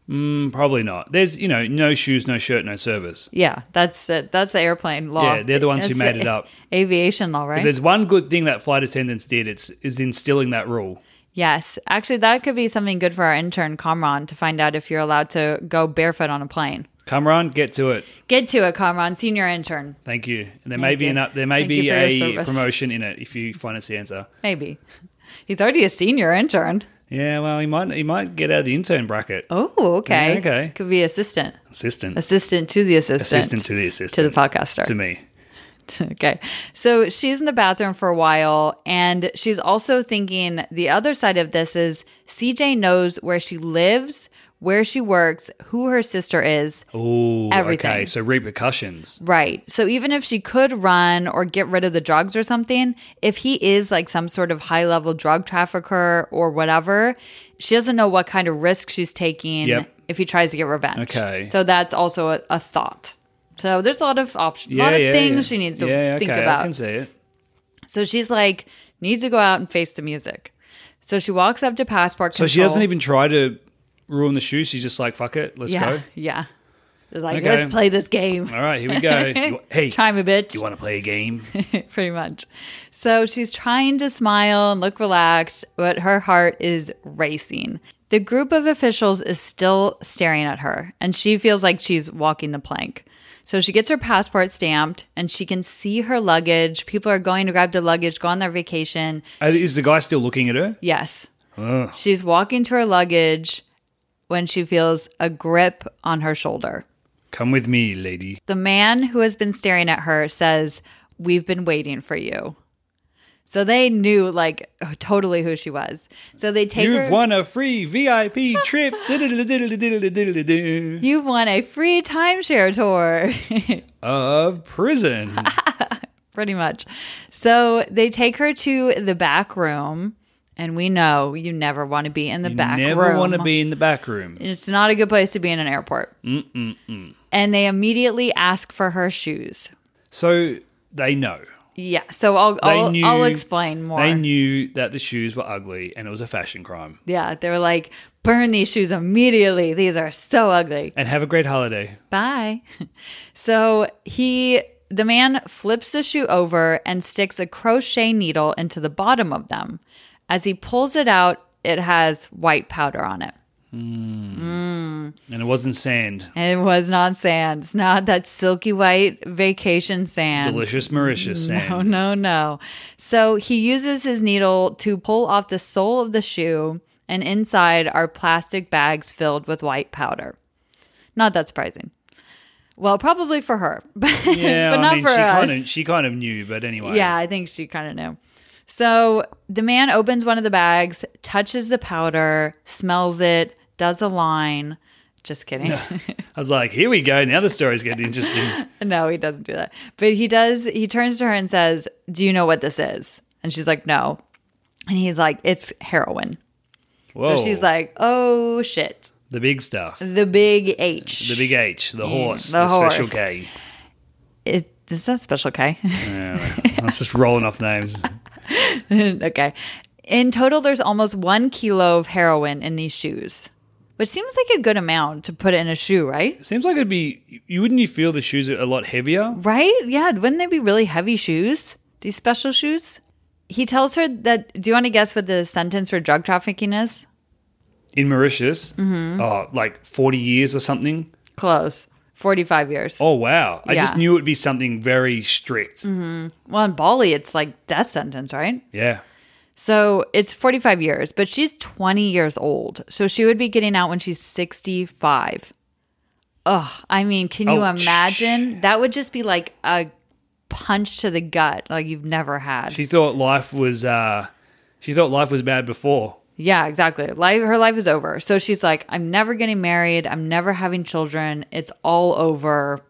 Mm, Probably not. There's, you know, no shoes, no shirt, no service.
Yeah, that's it. That's the airplane law.
Yeah, they're the ones who
Oh, That's
made
the
it up.
Aviation law,
If
right?
There's one good thing that flight attendants did. It's is instilling that rule.
Yes. Actually, that could be something good for our intern, Kamran, to find out if you're allowed to go barefoot on a plane.
Come on, get to it.
Get to it, Kamran, senior intern.
Thank you. And there may be
you.
an up, there may
Thank you
be
for your
a
service.
promotion in it if you find us the answer.
Maybe. He's already a senior intern.
Yeah, well, he might he might get out of the intern bracket.
Oh, okay.
Yeah, okay.
Could be assistant.
Assistant,
Assistant to the assistant.
assistant to the
to the
assistant,
podcaster.
to me.
okay. So she's in the bathroom for a while. And she's also thinking the other side of this is CJ knows where she lives, where she works, who her sister is,
Oh, okay.
Everything.
So repercussions.
Right. So even if she could run or get rid of the drugs or something, if he is like some sort of high level drug trafficker or whatever, she doesn't know what kind of risk she's taking
Yep.
if he tries to get revenge.
Okay.
So that's also a, a thought. So there's a lot of options, a lot of things she needs to
Yeah,
think
okay, I can
about.
see it.
So she's like, needs to go out and face the music. So she walks up to passport
So
control.
she doesn't even try to ruin the shoes. She's just like, fuck it, let's
Yeah,
go.
yeah. She's like,
Okay.
let's play this game.
All right, here we go. You- hey,
Chime a bit.
you want to play a game?
pretty much. So she's trying to smile and look relaxed, but her heart is racing. The group of officials is still staring at her, and she feels like she's walking the plank. So she gets her passport stamped, and she can see her luggage. People are going to grab their luggage, go on their vacation.
Uh, Is the guy still looking at her?
Yes. She's walking to her luggage when she feels a grip on her shoulder.
Come with me, lady.
The man who has been staring at her says, We've been waiting for you. So they knew, like, oh, totally who she was. So they take
You've
her.
won a free VIP trip. Diddle-diddle-diddle-diddle-diddle.
You've won a free timeshare tour,
of prison.
pretty much. So they take her to the back room. And we know you never want to be in the back room.
Never want to be in the back room.
It's not a good place to be in an airport. Mm-mm-mm. And they immediately ask for her shoes.
So they know.
Yeah. So I'll
They
I'll,
knew,
I'll explain more.
They knew that the shoes were ugly and it was a fashion crime.
Yeah, they were like, burn these shoes immediately. These are so ugly.
And have a great holiday.
Bye. So he, the man flips the shoe over and sticks a crochet needle into the bottom of them. As he pulls it out, it has white powder on it.
And it wasn't sand.
And it was not sand. It's not that silky white vacation sand.
Delicious Mauritius sand.
Oh, no, no. So he uses his needle to pull off the sole of the shoe, and inside are plastic bags filled with white powder. Not that surprising. Well, probably for her, but,
Yeah,
but
I
not
mean,
for
she
us.
Kind of, she kind of knew, but anyway.
yeah, I think she kind of knew. So the man opens one of the bags, touches the powder, smells it, does a line. Just kidding.
I was like, here we go. Now the story's getting interesting.
No, he doesn't do that. But he does, he turns to her and says, Do you know what this is? And she's like, No. And he's like, it's heroin.
Whoa.
So she's like, oh shit.
the big stuff,
The big H.
the big H, the horse, the,
Mm, the
special
horse.
K.
It, is that special K?
That's just rolling off names.
okay. In total, there's almost one kilo of heroin in these shoes, which seems like a good amount to put in a shoe, right?
Seems like it'd be. You wouldn't you feel the shoes are a lot heavier?
Right? Yeah. Wouldn't they be really heavy shoes? These special shoes? He tells her that. Do you want to guess what the sentence for drug trafficking is?
in Mauritius,
Mm-hmm.
oh, like 40 years or something.
Close. 45 years.
Oh, wow. I just
Yeah. Mm-hmm.
knew it would be something very strict.
Well, in Bali, it's like death sentence, right?
Yeah.
So it's 45 years, but she's 20 years old. So she would be getting out when she's 65. Ugh. I mean, can you
Oh, sh-
imagine? That would just be like a punch to the gut, like you've never had.
She thought life was, uh, she thought life was bad before.
yeah, exactly. Life, her life is over. So she's like, I'm never getting married. I'm never having children. It's all over.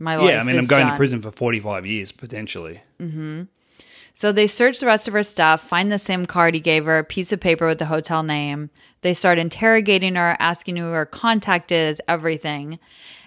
My life.
yeah. I mean, I'm
is
going to
done."
prison for 45 years potentially.
So they search the rest of her stuff, find the SIM card he gave her, a piece of paper with the hotel name. They start interrogating her, asking who her contact is, everything.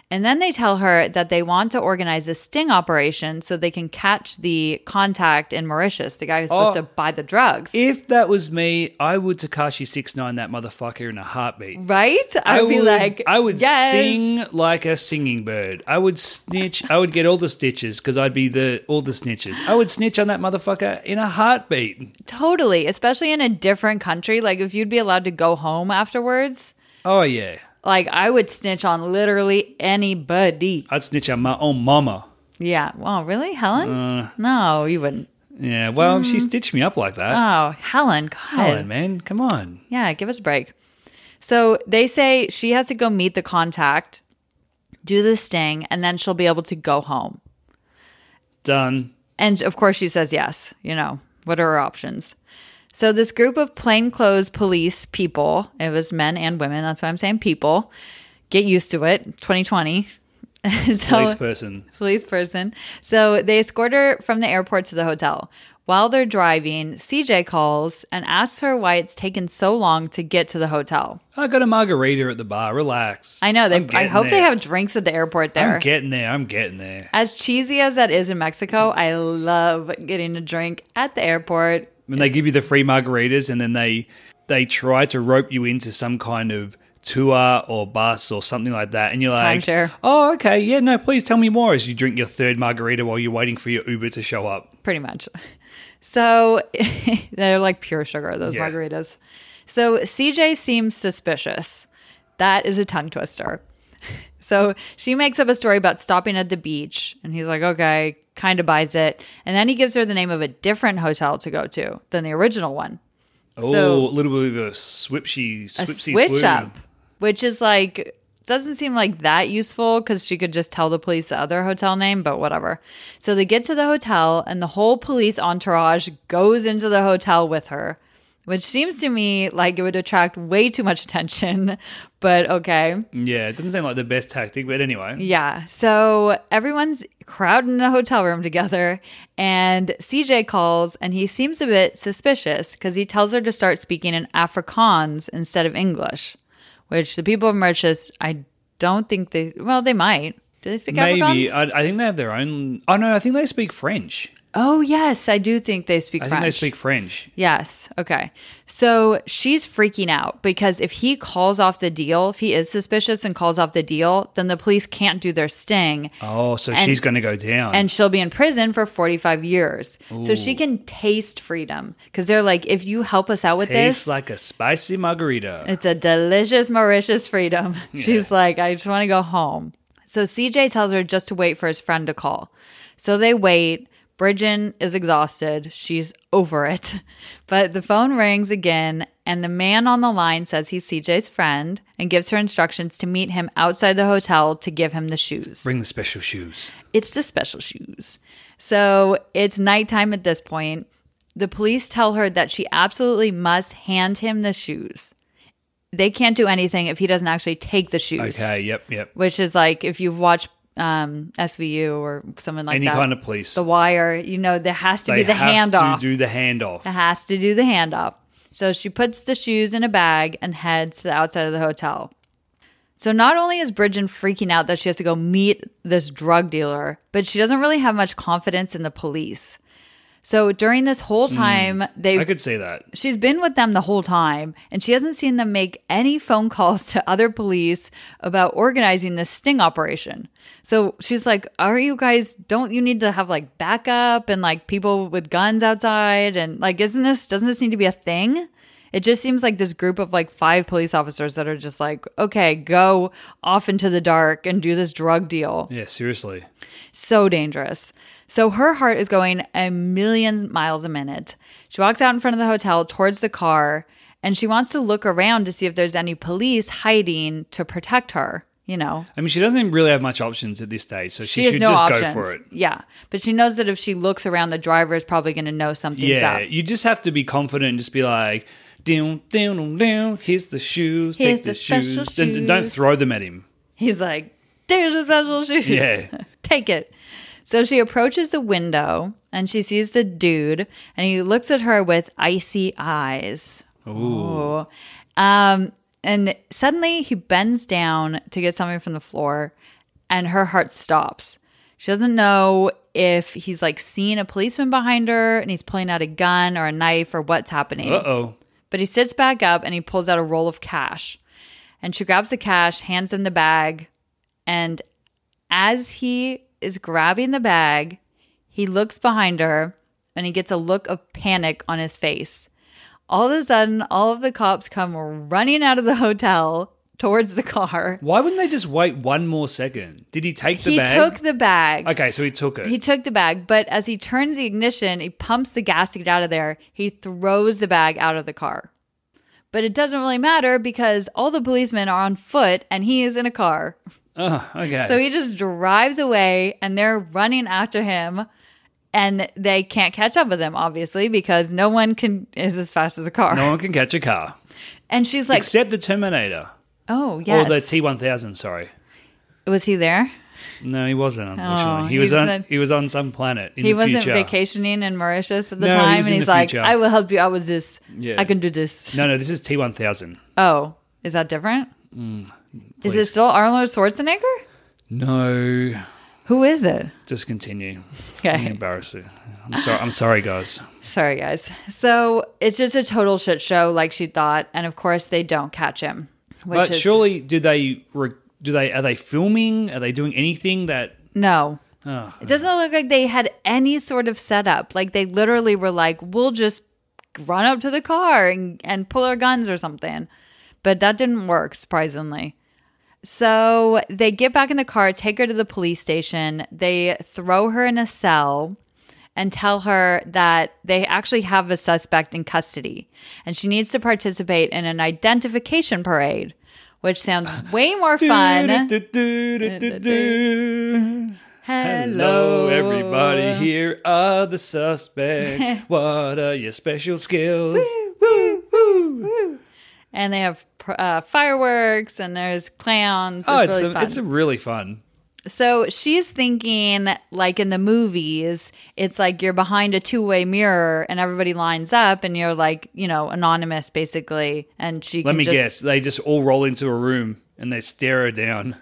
And then they tell her that they want to organize a sting operation so they can catch the contact in Mauritius, the guy who's supposed
Oh.
to buy the drugs.
If that was me, I would Takashi Six Nine that motherfucker in a heartbeat.
right? I'd be like,
I would
yes.
sing like a singing bird. I would snitch. I would get all the stitches because I'd be the all the snitches. I would snitch on that motherfucker in a heartbeat.
Totally, especially in a different country. Like, if you'd be allowed to go home afterwards,
Oh yeah,
like, I would snitch on literally anybody.
I'd snitch on my own mama.
Yeah. Well, really, Helen? no, you wouldn't.
Yeah, well, she stitched me up like that.
Mm. Oh, Helen, God.
Come on, man, come on.
Yeah, give us a break. So they say she has to go meet the contact, do the sting, and then she'll be able to go home.
Done.
And of course, she says yes. You know, what are her options? So, this group of plainclothes police people, it was men and women, that's why I'm saying people, get used to it, 2020. so,
Police person.
police person. So they escort her from the airport to the hotel. While they're driving, CJ calls and asks her why it's taken so long to get to the hotel.
I got a margarita at the bar. Relax.
I know
I'm
they I
getting
hope they
there.
have drinks at the airport there.
I'm getting there. I'm getting there.
as cheesy as that is in Mexico, I love getting a drink at the airport.
When they give you the free margaritas, and then they they try to rope you into some kind of tour or bus or something like that, and you're like,
Timeshare.
"Oh, okay, yeah, no, please tell me more." As you drink your third margarita while you're waiting for your Uber to show up.
pretty much. So they're like pure sugar, those
Yeah.
margaritas. So CJ seems suspicious. That is a tongue twister. So she makes up a story about stopping at the beach, and he's like, okay, kind of buys it. And then he gives her the name of a different hotel to go to than the original one.
Oh,
So-
a little bit of a swipsy,
A
swipsy
switch
swoo.
up, which is like, doesn't seem like that useful because she could just tell the police the other hotel name, but whatever. So they get to the hotel, and the whole police entourage goes into the hotel with her, which seems to me like it would attract way too much attention, but okay.
Yeah, it doesn't sound like the best tactic, but anyway,
Yeah. So everyone's crowding in a hotel room together, and CJ calls, and he seems a bit suspicious because he tells her to start speaking in Afrikaans instead of English, which the people of Mauritius, I don't think they, well, they might. Do they speak
maybe
Afrikaans?
I, I think they have their own. Oh no, I think they speak French.
oh, yes. I do think they speak
I
French.
think they speak French.
Yes. Okay. So she's freaking out because if he calls off the deal, if he is suspicious and calls off the deal, then the police can't do their sting.
Oh, so
And-
she's going to go down.
and she'll be in prison for 45 years. So she can taste freedom because they're like, if you help us out with
tastes
this,
like a spicy margarita.
it's a delicious Mauritius freedom. She's like, I just want to go home. So CJ tells her just to wait for his friend to call. So they wait. Bridgen is exhausted. She's over it. But the phone rings again, and the man on the line says he's CJ's friend and gives her instructions to meet him outside the hotel to give him the shoes.
Bring the special shoes.
It's the special shoes. So it's nighttime at this point. The police tell her that she absolutely must hand him the shoes. They can't do anything if he doesn't actually take the shoes.
Okay, yep, yep.
Which is like if you've watched um, SVU or someone like
Any
that.
kind of police.
The Wire, you know, there has to
they
be the
have
handoff.
to do the handoff.
has to do the handoff. So she puts the shoes in a bag and heads to the outside of the hotel. So not only is Bridgen freaking out that she has to go meet this drug dealer, but she doesn't really have much confidence in the police. So during this whole time, they
I could see that.
she's been with them the whole time and she hasn't seen them make any phone calls to other police about organizing this sting operation so she's like are you guys don't you need to have like backup and like people with guns outside and like isn't this doesn't this need to be a thing it just seems like this group of like five police officers that are just like okay go off into the dark and do this drug deal
Yeah, seriously.
so dangerous. So her heart is going a million miles a minute. She walks out in front of the hotel towards the car and she wants to look around to see if there's any police hiding to protect her, you know.
I mean, she doesn't really have much options at this stage, so she,
She, has
should
no
just
options.
go for it.
Yeah. But she knows that if she looks around, the driver is probably going to know something's
Yeah,
up.
you just have to be confident and just be like, down, down, down. Here's the shoes.
Here's
take
the
the,
special
shoes. And- and don't
shoes.
throw them at him.
He's like, there's the special shoes.
Yeah.
Take it. So she approaches the window and she sees the dude and he looks at her with icy eyes. Ooh. Um, and suddenly he bends down to get something from the floor and her heart stops. She doesn't know if he's like seeing a policeman behind her and he's pulling out a gun or a knife or what's happening.
Uh oh.
But he sits back up and he pulls out a roll of cash. And she grabs the cash, hands him the bag. And as he is grabbing the bag, he looks behind her and he gets a look of panic on his face. All of a sudden, all of the cops come running out of the hotel towards the car.
Why wouldn't they just wait one more second? Did he take the
He
bag?
took the bag.
okay, so he took it.
He took the bag, but as he turns the ignition, he pumps the gas to get out of there. He throws the bag out of the car. But it doesn't really matter because all the policemen are on foot and he is in a car.
oh, okay.
So he just drives away and they're running after him and they can't catch up with him obviously because no one can is as fast as a car.
no one can catch a car
And she's like,
except the Terminator
"Oh, yes.
or the T one thousand. Sorry,
was he there?
no, he wasn't. Unfortunately, he,
Oh, he
was
was
on
in-
he was on some planet in
He
the
wasn't
future.
vacationing in Mauritius at the
No, he
time
was
and
in
he's
the
like,
future.
"I will help you. I was this.
Yeah.
I can do this."
No, no, this is T one thousand.
Oh, is that different? is it
please.
still Arnold Schwarzenegger?
No,
Who is it?
just continue.
Okay.
Embarrassing. I'm sorry. I'm sorry, guys.
Sorry, guys. So it's just a total shit show, like she thought. And of course, they don't catch him. Which
But
is,
surely, do they re- do they are they filming? Are they doing anything that?
No.
Oh,
It doesn't look like they had any sort of setup. Like they literally were like, we'll just run up to the car and, and pull our guns or something. But that didn't work, surprisingly. So they get back in the car, take her to the police station. They throw her in a cell and tell her that they actually have a suspect in custody and she needs to participate in an identification parade, which sounds way more fun.
Hello, everybody. Here are the suspects. what are your special skills? Oh,
and they have pr- uh, fireworks and there's clowns. It's
oh, it's
really
a,
fun.
it's a really fun.
so she's thinking, like in the movies, it's like you're behind a two way mirror and everybody lines up and you're like, you know, anonymous basically. And she
Let
can
me
just,
guess. They just all roll into a room and they stare her down.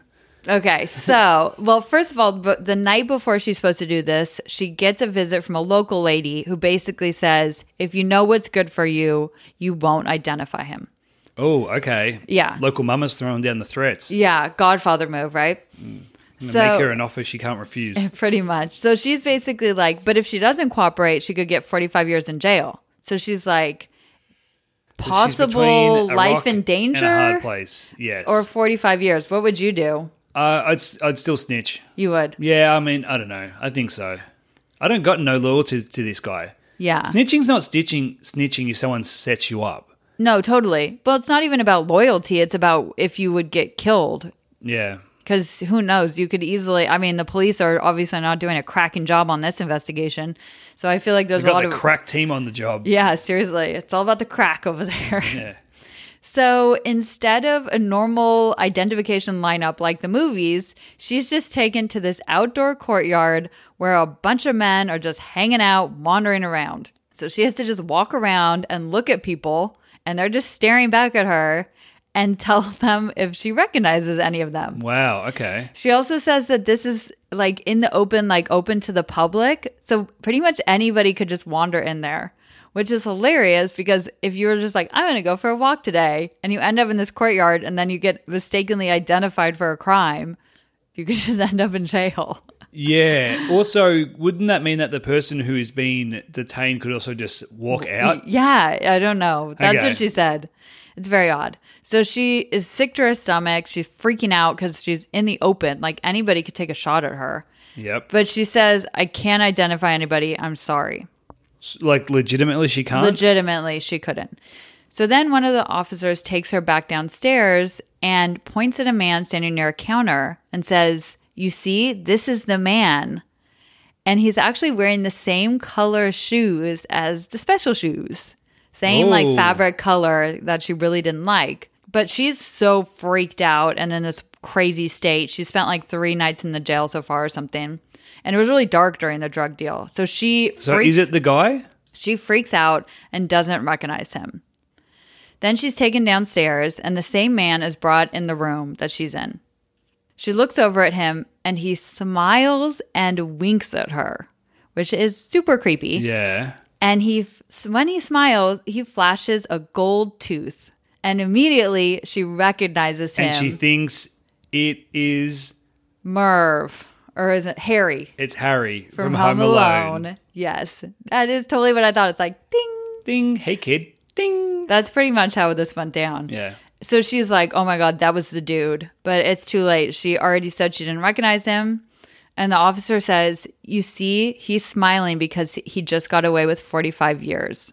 Okay, so, well, first of all, b- the night before she's supposed to do this, she gets a visit from a local lady who basically says, if you know what's good for you, you won't identify him.
Oh, okay.
Yeah.
Local mama's throwing down the threats.
Yeah, Godfather move, right?
And
So-
Mm. make her an offer she can't refuse.
Pretty much. So she's basically like, but if she doesn't cooperate, she could get 45 years in jail. So she's like,
She's between
possible
a
life
rock
in danger
and a hard place. Yes.
or 45 years. What would you do?
uh, I'd s- I'd still snitch.
You would.
Yeah, I mean, I don't know. I think so. I don't got no loyalty to this guy.
Yeah.
Snitching's not stitching snitching if someone sets you up.
No, totally. Well, it's not even about loyalty. It's about if you would get killed.
Yeah.
Because who knows? You could easily. I mean, the police are obviously not doing a cracking job on this investigation. So I feel like there's
We
a lot
got the
of.
crack team on the job.
yeah, seriously. It's all about the crack over there.
Yeah.
So instead of a normal identification lineup like the movies, she's just taken to this outdoor courtyard where a bunch of men are just hanging out, wandering around. So she has to just walk around and look at people, and they're just staring back at her and tell them if she recognizes any of them.
Wow. Okay.
She also says that this is like in the open, like open to the public. So pretty much anybody could just wander in there, which is hilarious because if you were just like, I'm going to go for a walk today, and you end up in this courtyard and then you get mistakenly identified for a crime, you could just end up in jail.
Yeah. Also, wouldn't that mean that the person who is being detained could also just walk out?
Yeah, I don't know. That's
Okay.
what she said. It's very odd. So she is sick to her stomach. She's freaking out because she's in the open. Like anybody could take a shot at her.
Yep.
But she says, I can't identify anybody. I'm sorry.
S- like legitimately, she can't.
Legitimately, she couldn't. So then one of the officers takes her back downstairs and points at a man standing near a counter and says, You see, this is the man. And he's actually wearing the same color shoes as the special shoes, same
Oh.
like fabric color that she really didn't like. But she's so freaked out and in this crazy state. She spent like three nights in the jail so far or something. And it was really dark during the drug deal. So she
so
freaks
is it the guy?
she freaks out and doesn't recognize him. Then she's taken downstairs, and the same man is brought in the room that she's in. She looks over at him, and he smiles and winks at her, which is super creepy.
Yeah.
And he, f- when he smiles, he flashes a gold tooth, and immediately she recognizes him,
And she thinks it is
Merv, or is it Harry
it's Harry from,
from,
Home, Alone.
Yes, that is totally what I thought. It's like ding.
Ding. Hey kid. Ding.
That's pretty much how this went down.
Yeah.
So she's like, oh my God, that was the dude. But it's too late. She already said she didn't recognize him. And the officer says, you see, he's smiling because he just got away with 45 years.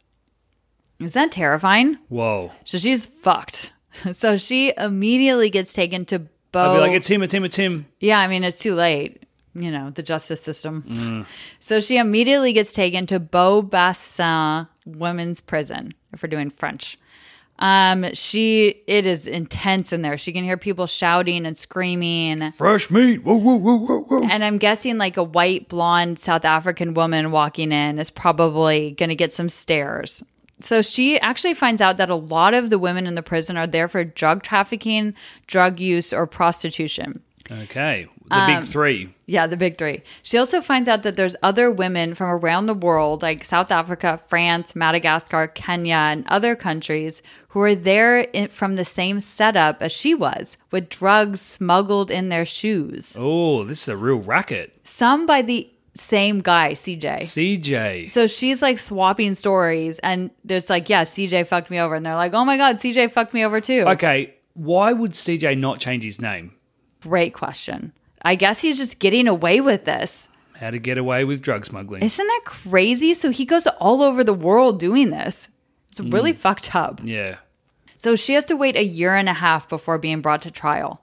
Is that terrifying?
Whoa.
So she's fucked. So she immediately gets taken to
I'd
Bo.
be like, it's him. It's him. It's him.
yeah, I mean, it's too late. You know, the justice system. So she immediately gets taken to Beau Bassin Women's Prison, if we're doing French. Um, she it is intense in there. She can hear people shouting and screaming.
Fresh meat. Whoa. Whoa. Whoa. Whoa. Whoa.
And I'm guessing like a white blonde South African woman walking in is probably going to get some stares. So she actually finds out that a lot of the women in the prison are there for drug trafficking, drug use or prostitution.
Okay. The big three.
Yeah, the big three. She also finds out that there's other women from around the world, like South Africa, France, Madagascar, Kenya, and other countries, who are there in, from the same setup as she was, with drugs smuggled in their shoes.
Oh, this is a real racket.
Some by the same guy, CJ.
CJ.
So she's like swapping stories, and there's like, yeah, CJ fucked me over. And they're like, oh my God, CJ fucked me over too.
Okay. Why would CJ not change his name?
Great question. I guess he's just getting away with this.
How to get away with drug smuggling.
Isn't that crazy? So he goes all over the world doing this. It's
Hmm.
really fucked up.
yeah.
So she has to wait a year and a half before being brought to trial,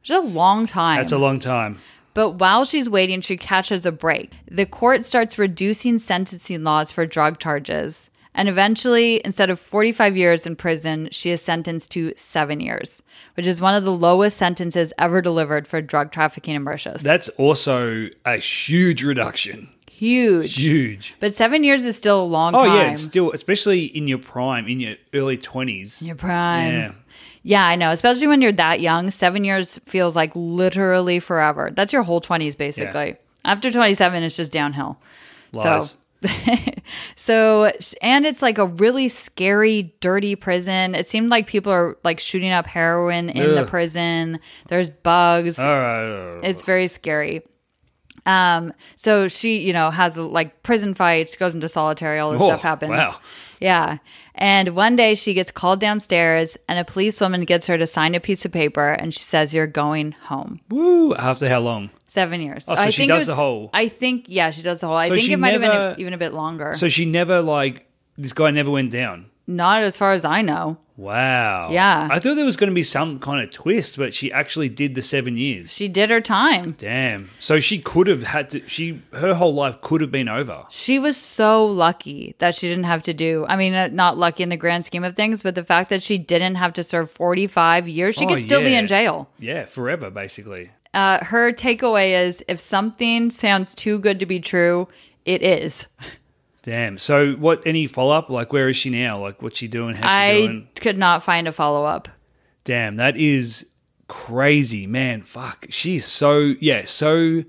which is a long time.
That's a long time.
but while she's waiting, she catches a break. The court starts reducing sentencing laws for drug charges. And eventually, instead of 45 years in prison, she is sentenced to seven years, which is one of the lowest sentences ever delivered for drug trafficking and murderers.
That's also a huge reduction.
Huge.
Huge.
But seven years is still a long
Oh
time.
yeah, it's still especially in your prime, in your early twenties.
Your prime.
Yeah.
Yeah. I know. Especially when you're that young, seven years feels like literally forever. That's your whole 20s, basically. After 27, it's just downhill.
Lies.
So. So, sh- and it's like a really scary, dirty prison. It seemed like people are like shooting up heroin in the
Ugh.
prison. There's bugs.
All right.
It's very scary. Um, so she, you know, has like prison fights, goes into solitary, all this
Oh,
stuff happens.
wow.
Yeah. And one day she gets called downstairs and a policewoman gets her to sign a piece of paper and she says, You're going home.
Woo! After how long?
Seven years.
Oh, so she does the whole-
I think, yeah, she does the whole. I
So
think
she
it might have
never-
been even a bit longer.
So she never like this guy never went down.
Not as far as I know.
Wow.
Yeah.
I thought there was going to be some kind of twist, but she actually did the seven years.
She did her time.
Damn. So she could have had to. She her whole life could have been over.
She was so lucky that she didn't have to do, I mean, uh, not lucky in the grand scheme of things, but the fact that she didn't have to serve 45 years, she
Oh,
could still be
yeah.
in jail.
Yeah, forever basically.
Uh, her takeaway is if something sounds too good to be true, it is.
Damn. So what? Any follow up? Like where is she now? Like what's she doing? How's she
I
doing?
could not find a follow up.
Damn. That is crazy, man. Fuck. She's so yeah, so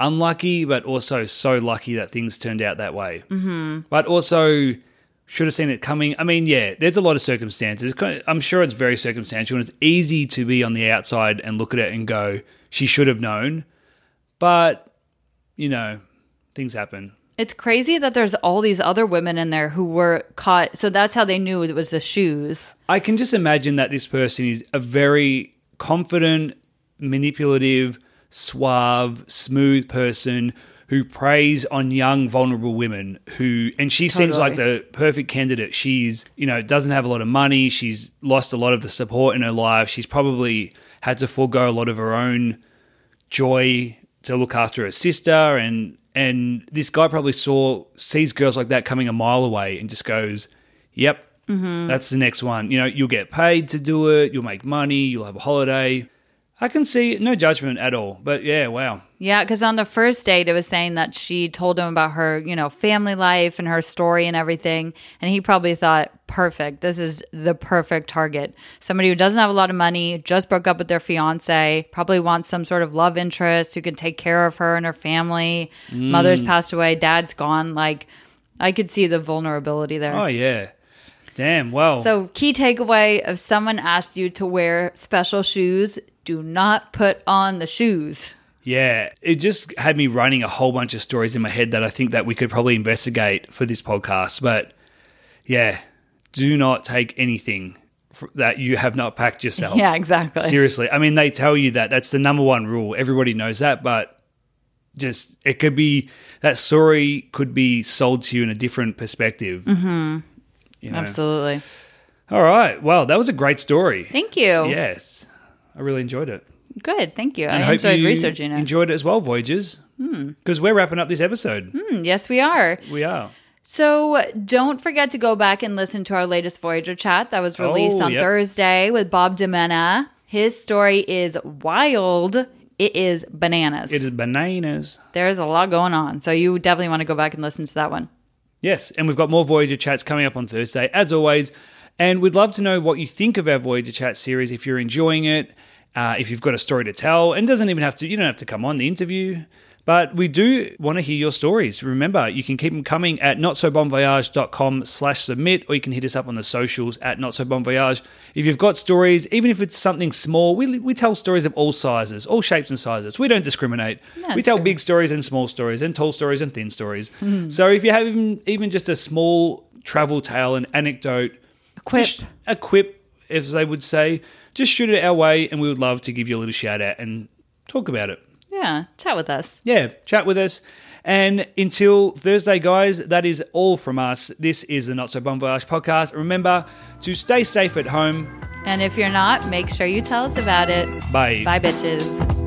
unlucky, but also so lucky that things turned out that way. Mm-hmm. But also. Should have seen it coming. I mean, yeah, there's a lot of circumstances. Kind of- I'm sure it's very circumstantial and it's easy to be on the outside and look at it and go, she should have known. But, you know, things happen.
It's crazy that there's all these other women in there who were caught. So that's how they knew it was the shoes.
I can just imagine that this person is a very confident, manipulative, suave, smooth person who preys on young, vulnerable women who, and she seems
Totally.
like the perfect candidate. She's, you know, doesn't have a lot of money. She's lost a lot of the support in her life. She's probably had to forego a lot of her own joy to look after her sister and and this guy probably saw sees girls like that coming a mile away and just goes yep
Mm-hmm.
that's the next one you know you'll get paid to do it you'll make money you'll have a holiday i can see no judgment at all but yeah wow
Yeah, because on the first date, it was saying that she told him about her, you know, family life and her story and everything. And he probably thought, perfect. This is the perfect target. Somebody who doesn't have a lot of money, just broke up with their fiance, probably wants some sort of love interest who can take care of her and her family.
Mm.
Mother's passed away, dad's gone. Like, I could see the vulnerability there.
oh yeah damn well
So, key takeaway if someone asks you to wear special shoes, do not put on the shoes.
Yeah, it just had me running a whole bunch of stories in my head that I think that we could probably investigate for this podcast. But yeah, do not take anything fr- that you have not packed yourself.
Yeah, exactly.
Seriously, I mean, they tell you that that's the number one rule. Everybody knows that, but just it could be that story could be sold to you in a different perspective. Mm-hmm.
Absolutely.
All right. Well, that was a great story.
Thank you.
Yes, I really enjoyed it.
Good. Thank you.
And
I
hope
enjoyed
you
researching it.
Enjoyed it as well, Voyages, because we're wrapping up this episode.
Hmm, yes, we are.
We are.
So don't forget to go back and listen to our latest Voyager chat that was released
Oh,
on
yep.
Thursday with Bob Demena. His story is wild. It is bananas.
It is bananas.
There is a lot going on. So you definitely want to go back and listen to that one.
Yes, and we've got more Voyager chats coming up on Thursday, as always. And we'd love to know what you think of our Voyager chat series. If you're enjoying it, uh, if you've got a story to tell, and doesn't even have to, you don't have to come on the interview. But we do want to hear your stories. Remember, you can keep them coming at notsobonvoyage.com slash submit, or you can hit us up on the socials at notsobonvoyage. If you've got stories, even if it's something small, we, we tell stories of all sizes, all shapes and sizes. We don't discriminate. we
that's
tell
true.
big stories and small stories and tall stories and thin stories. So if you have even, even just a small travel tale, an anecdote,
Quip.
just a quip, as they would say, just shoot it our way and we would love to give you a little shout out and talk about it.
Yeah. Chat with us.
Yeah, chat with us. And until Thursday, guys, that is all from us. This is the Not So Bon Voyage podcast. Remember to stay safe at home.
And if you're not, make sure you tell us about it. Bye, bitches.